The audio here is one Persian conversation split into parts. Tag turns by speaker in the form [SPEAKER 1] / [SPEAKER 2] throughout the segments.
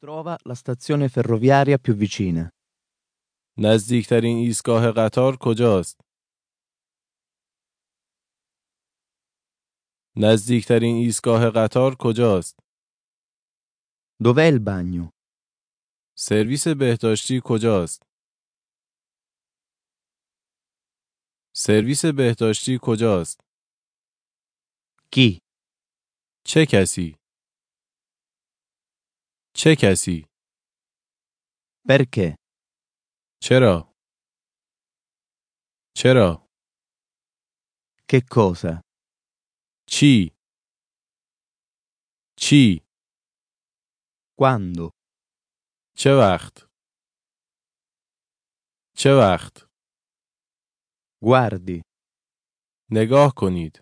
[SPEAKER 1] trova la stazione ferroviaria più vicina.
[SPEAKER 2] نزدیکترین ایستگاه قطار کجاست؟ نزدیکترین ایستگاه قطار کجاست؟
[SPEAKER 1] Dov'è il bagno?
[SPEAKER 2] سرویس بهداشتی کجاست؟ سرویس بهداشتی کجاست؟
[SPEAKER 1] Chi?
[SPEAKER 2] چه کسی؟ چه کسی؟
[SPEAKER 1] Perché?
[SPEAKER 2] چرا؟ چرا؟
[SPEAKER 1] Che cosa?
[SPEAKER 2] چی؟ چی؟
[SPEAKER 1] Quando?
[SPEAKER 2] چه وقت؟ چه وقت؟
[SPEAKER 1] Guardi,
[SPEAKER 2] نگاه کنید.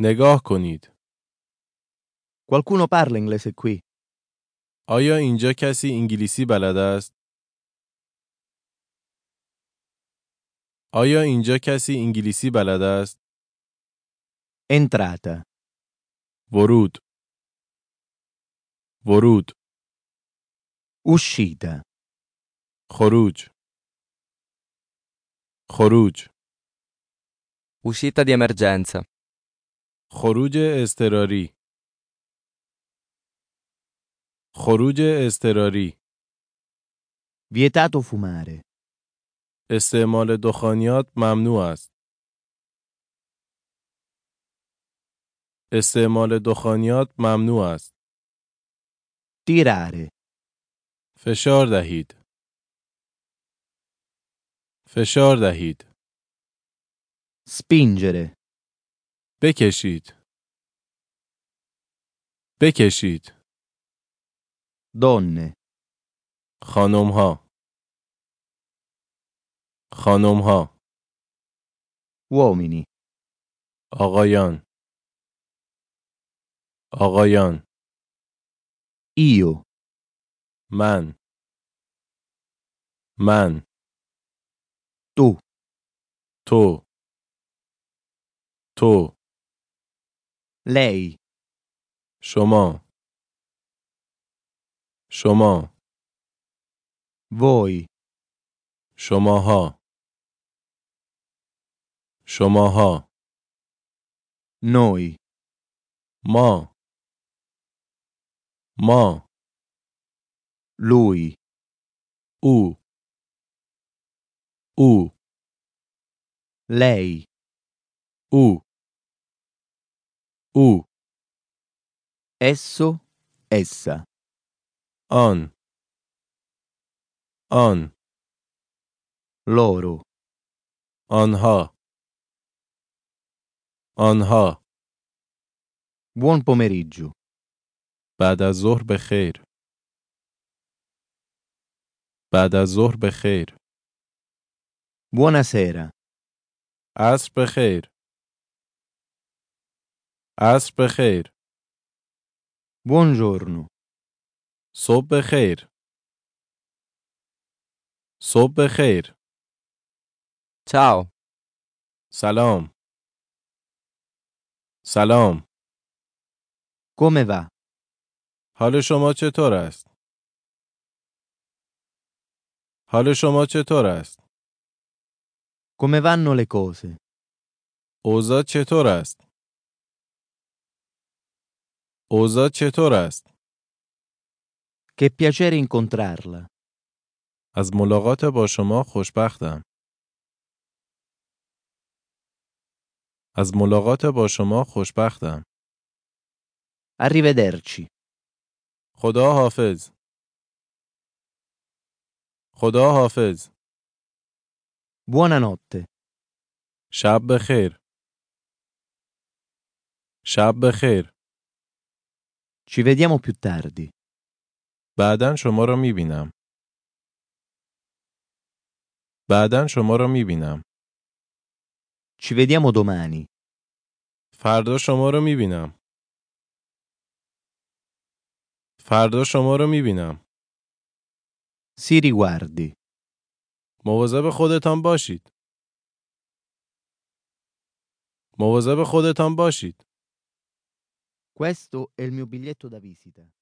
[SPEAKER 2] نگاه کنید.
[SPEAKER 1] qualcuno parla inglese qui.
[SPEAKER 2] آیا اینجا کسی انگلیسی بلد است؟ آیا اینجا کسی انگلیسی بلد است؟
[SPEAKER 1] Entrata.
[SPEAKER 2] ورود. ورود.
[SPEAKER 1] Uscita.
[SPEAKER 2] خروج. خروج.
[SPEAKER 3] Uscita di emergenza.
[SPEAKER 2] خروج اضطراری. خروج اضطراری.
[SPEAKER 1] Vietato fumare.
[SPEAKER 2] استعمال دخانیات ممنوع است. استعمال دخانیات ممنوع است.
[SPEAKER 1] Tirare.
[SPEAKER 2] فشار دهید. فشار دهید.
[SPEAKER 1] Spingere.
[SPEAKER 2] بکشید. بکشید.
[SPEAKER 1] Donne.
[SPEAKER 2] خانم ها. خانم ها.
[SPEAKER 1] Uomini.
[SPEAKER 2] آقایان. آقایان.
[SPEAKER 1] Io.
[SPEAKER 2] من. من.
[SPEAKER 1] Tu.
[SPEAKER 2] تو تو
[SPEAKER 1] Lei.
[SPEAKER 2] شما شما
[SPEAKER 1] Voi.
[SPEAKER 2] شماها شماها
[SPEAKER 1] Noi.
[SPEAKER 2] ما ما
[SPEAKER 1] Lui.
[SPEAKER 2] او او
[SPEAKER 1] Lei.
[SPEAKER 2] او او
[SPEAKER 1] Esso. Essa.
[SPEAKER 2] آن آن
[SPEAKER 1] Loro.
[SPEAKER 2] آنها آنها
[SPEAKER 1] Buon pomeriggio.
[SPEAKER 2] بعد از ظهر به خیر بعد از ظهر به خیر
[SPEAKER 1] Buonasera.
[SPEAKER 2] عصر به خیر عصر به خیر
[SPEAKER 1] Buongiorno.
[SPEAKER 2] صبح به خیر صبح به خیر
[SPEAKER 3] Ciao.
[SPEAKER 2] سلام سلام
[SPEAKER 1] Come va?
[SPEAKER 2] حال شما چطور است حال شما چطور است
[SPEAKER 1] Come vanno le cose?
[SPEAKER 2] اوضاع چطور است اوضاع چطور است
[SPEAKER 1] Che piacere incontrarla.
[SPEAKER 2] از ملاقات با شما خوشبختم. از ملاقات با شما خوشبختم.
[SPEAKER 1] Arrivederci.
[SPEAKER 2] خدا حافظ. خدا حافظ.
[SPEAKER 1] Buonanotte.
[SPEAKER 2] شب بخیر. شب بخیر.
[SPEAKER 1] Ci vediamo più tardi.
[SPEAKER 2] بعدا شما را میبینم. بعدا شما را میبینم.
[SPEAKER 1] Ci vediamo domani.
[SPEAKER 2] فردا شما رو میبینم. فردا شما رو میبینم.
[SPEAKER 1] Si riguardi.
[SPEAKER 2] مواظب خودتان باشید. مواظب خودتان باشید.
[SPEAKER 1] Questo è il mio biglietto da visita.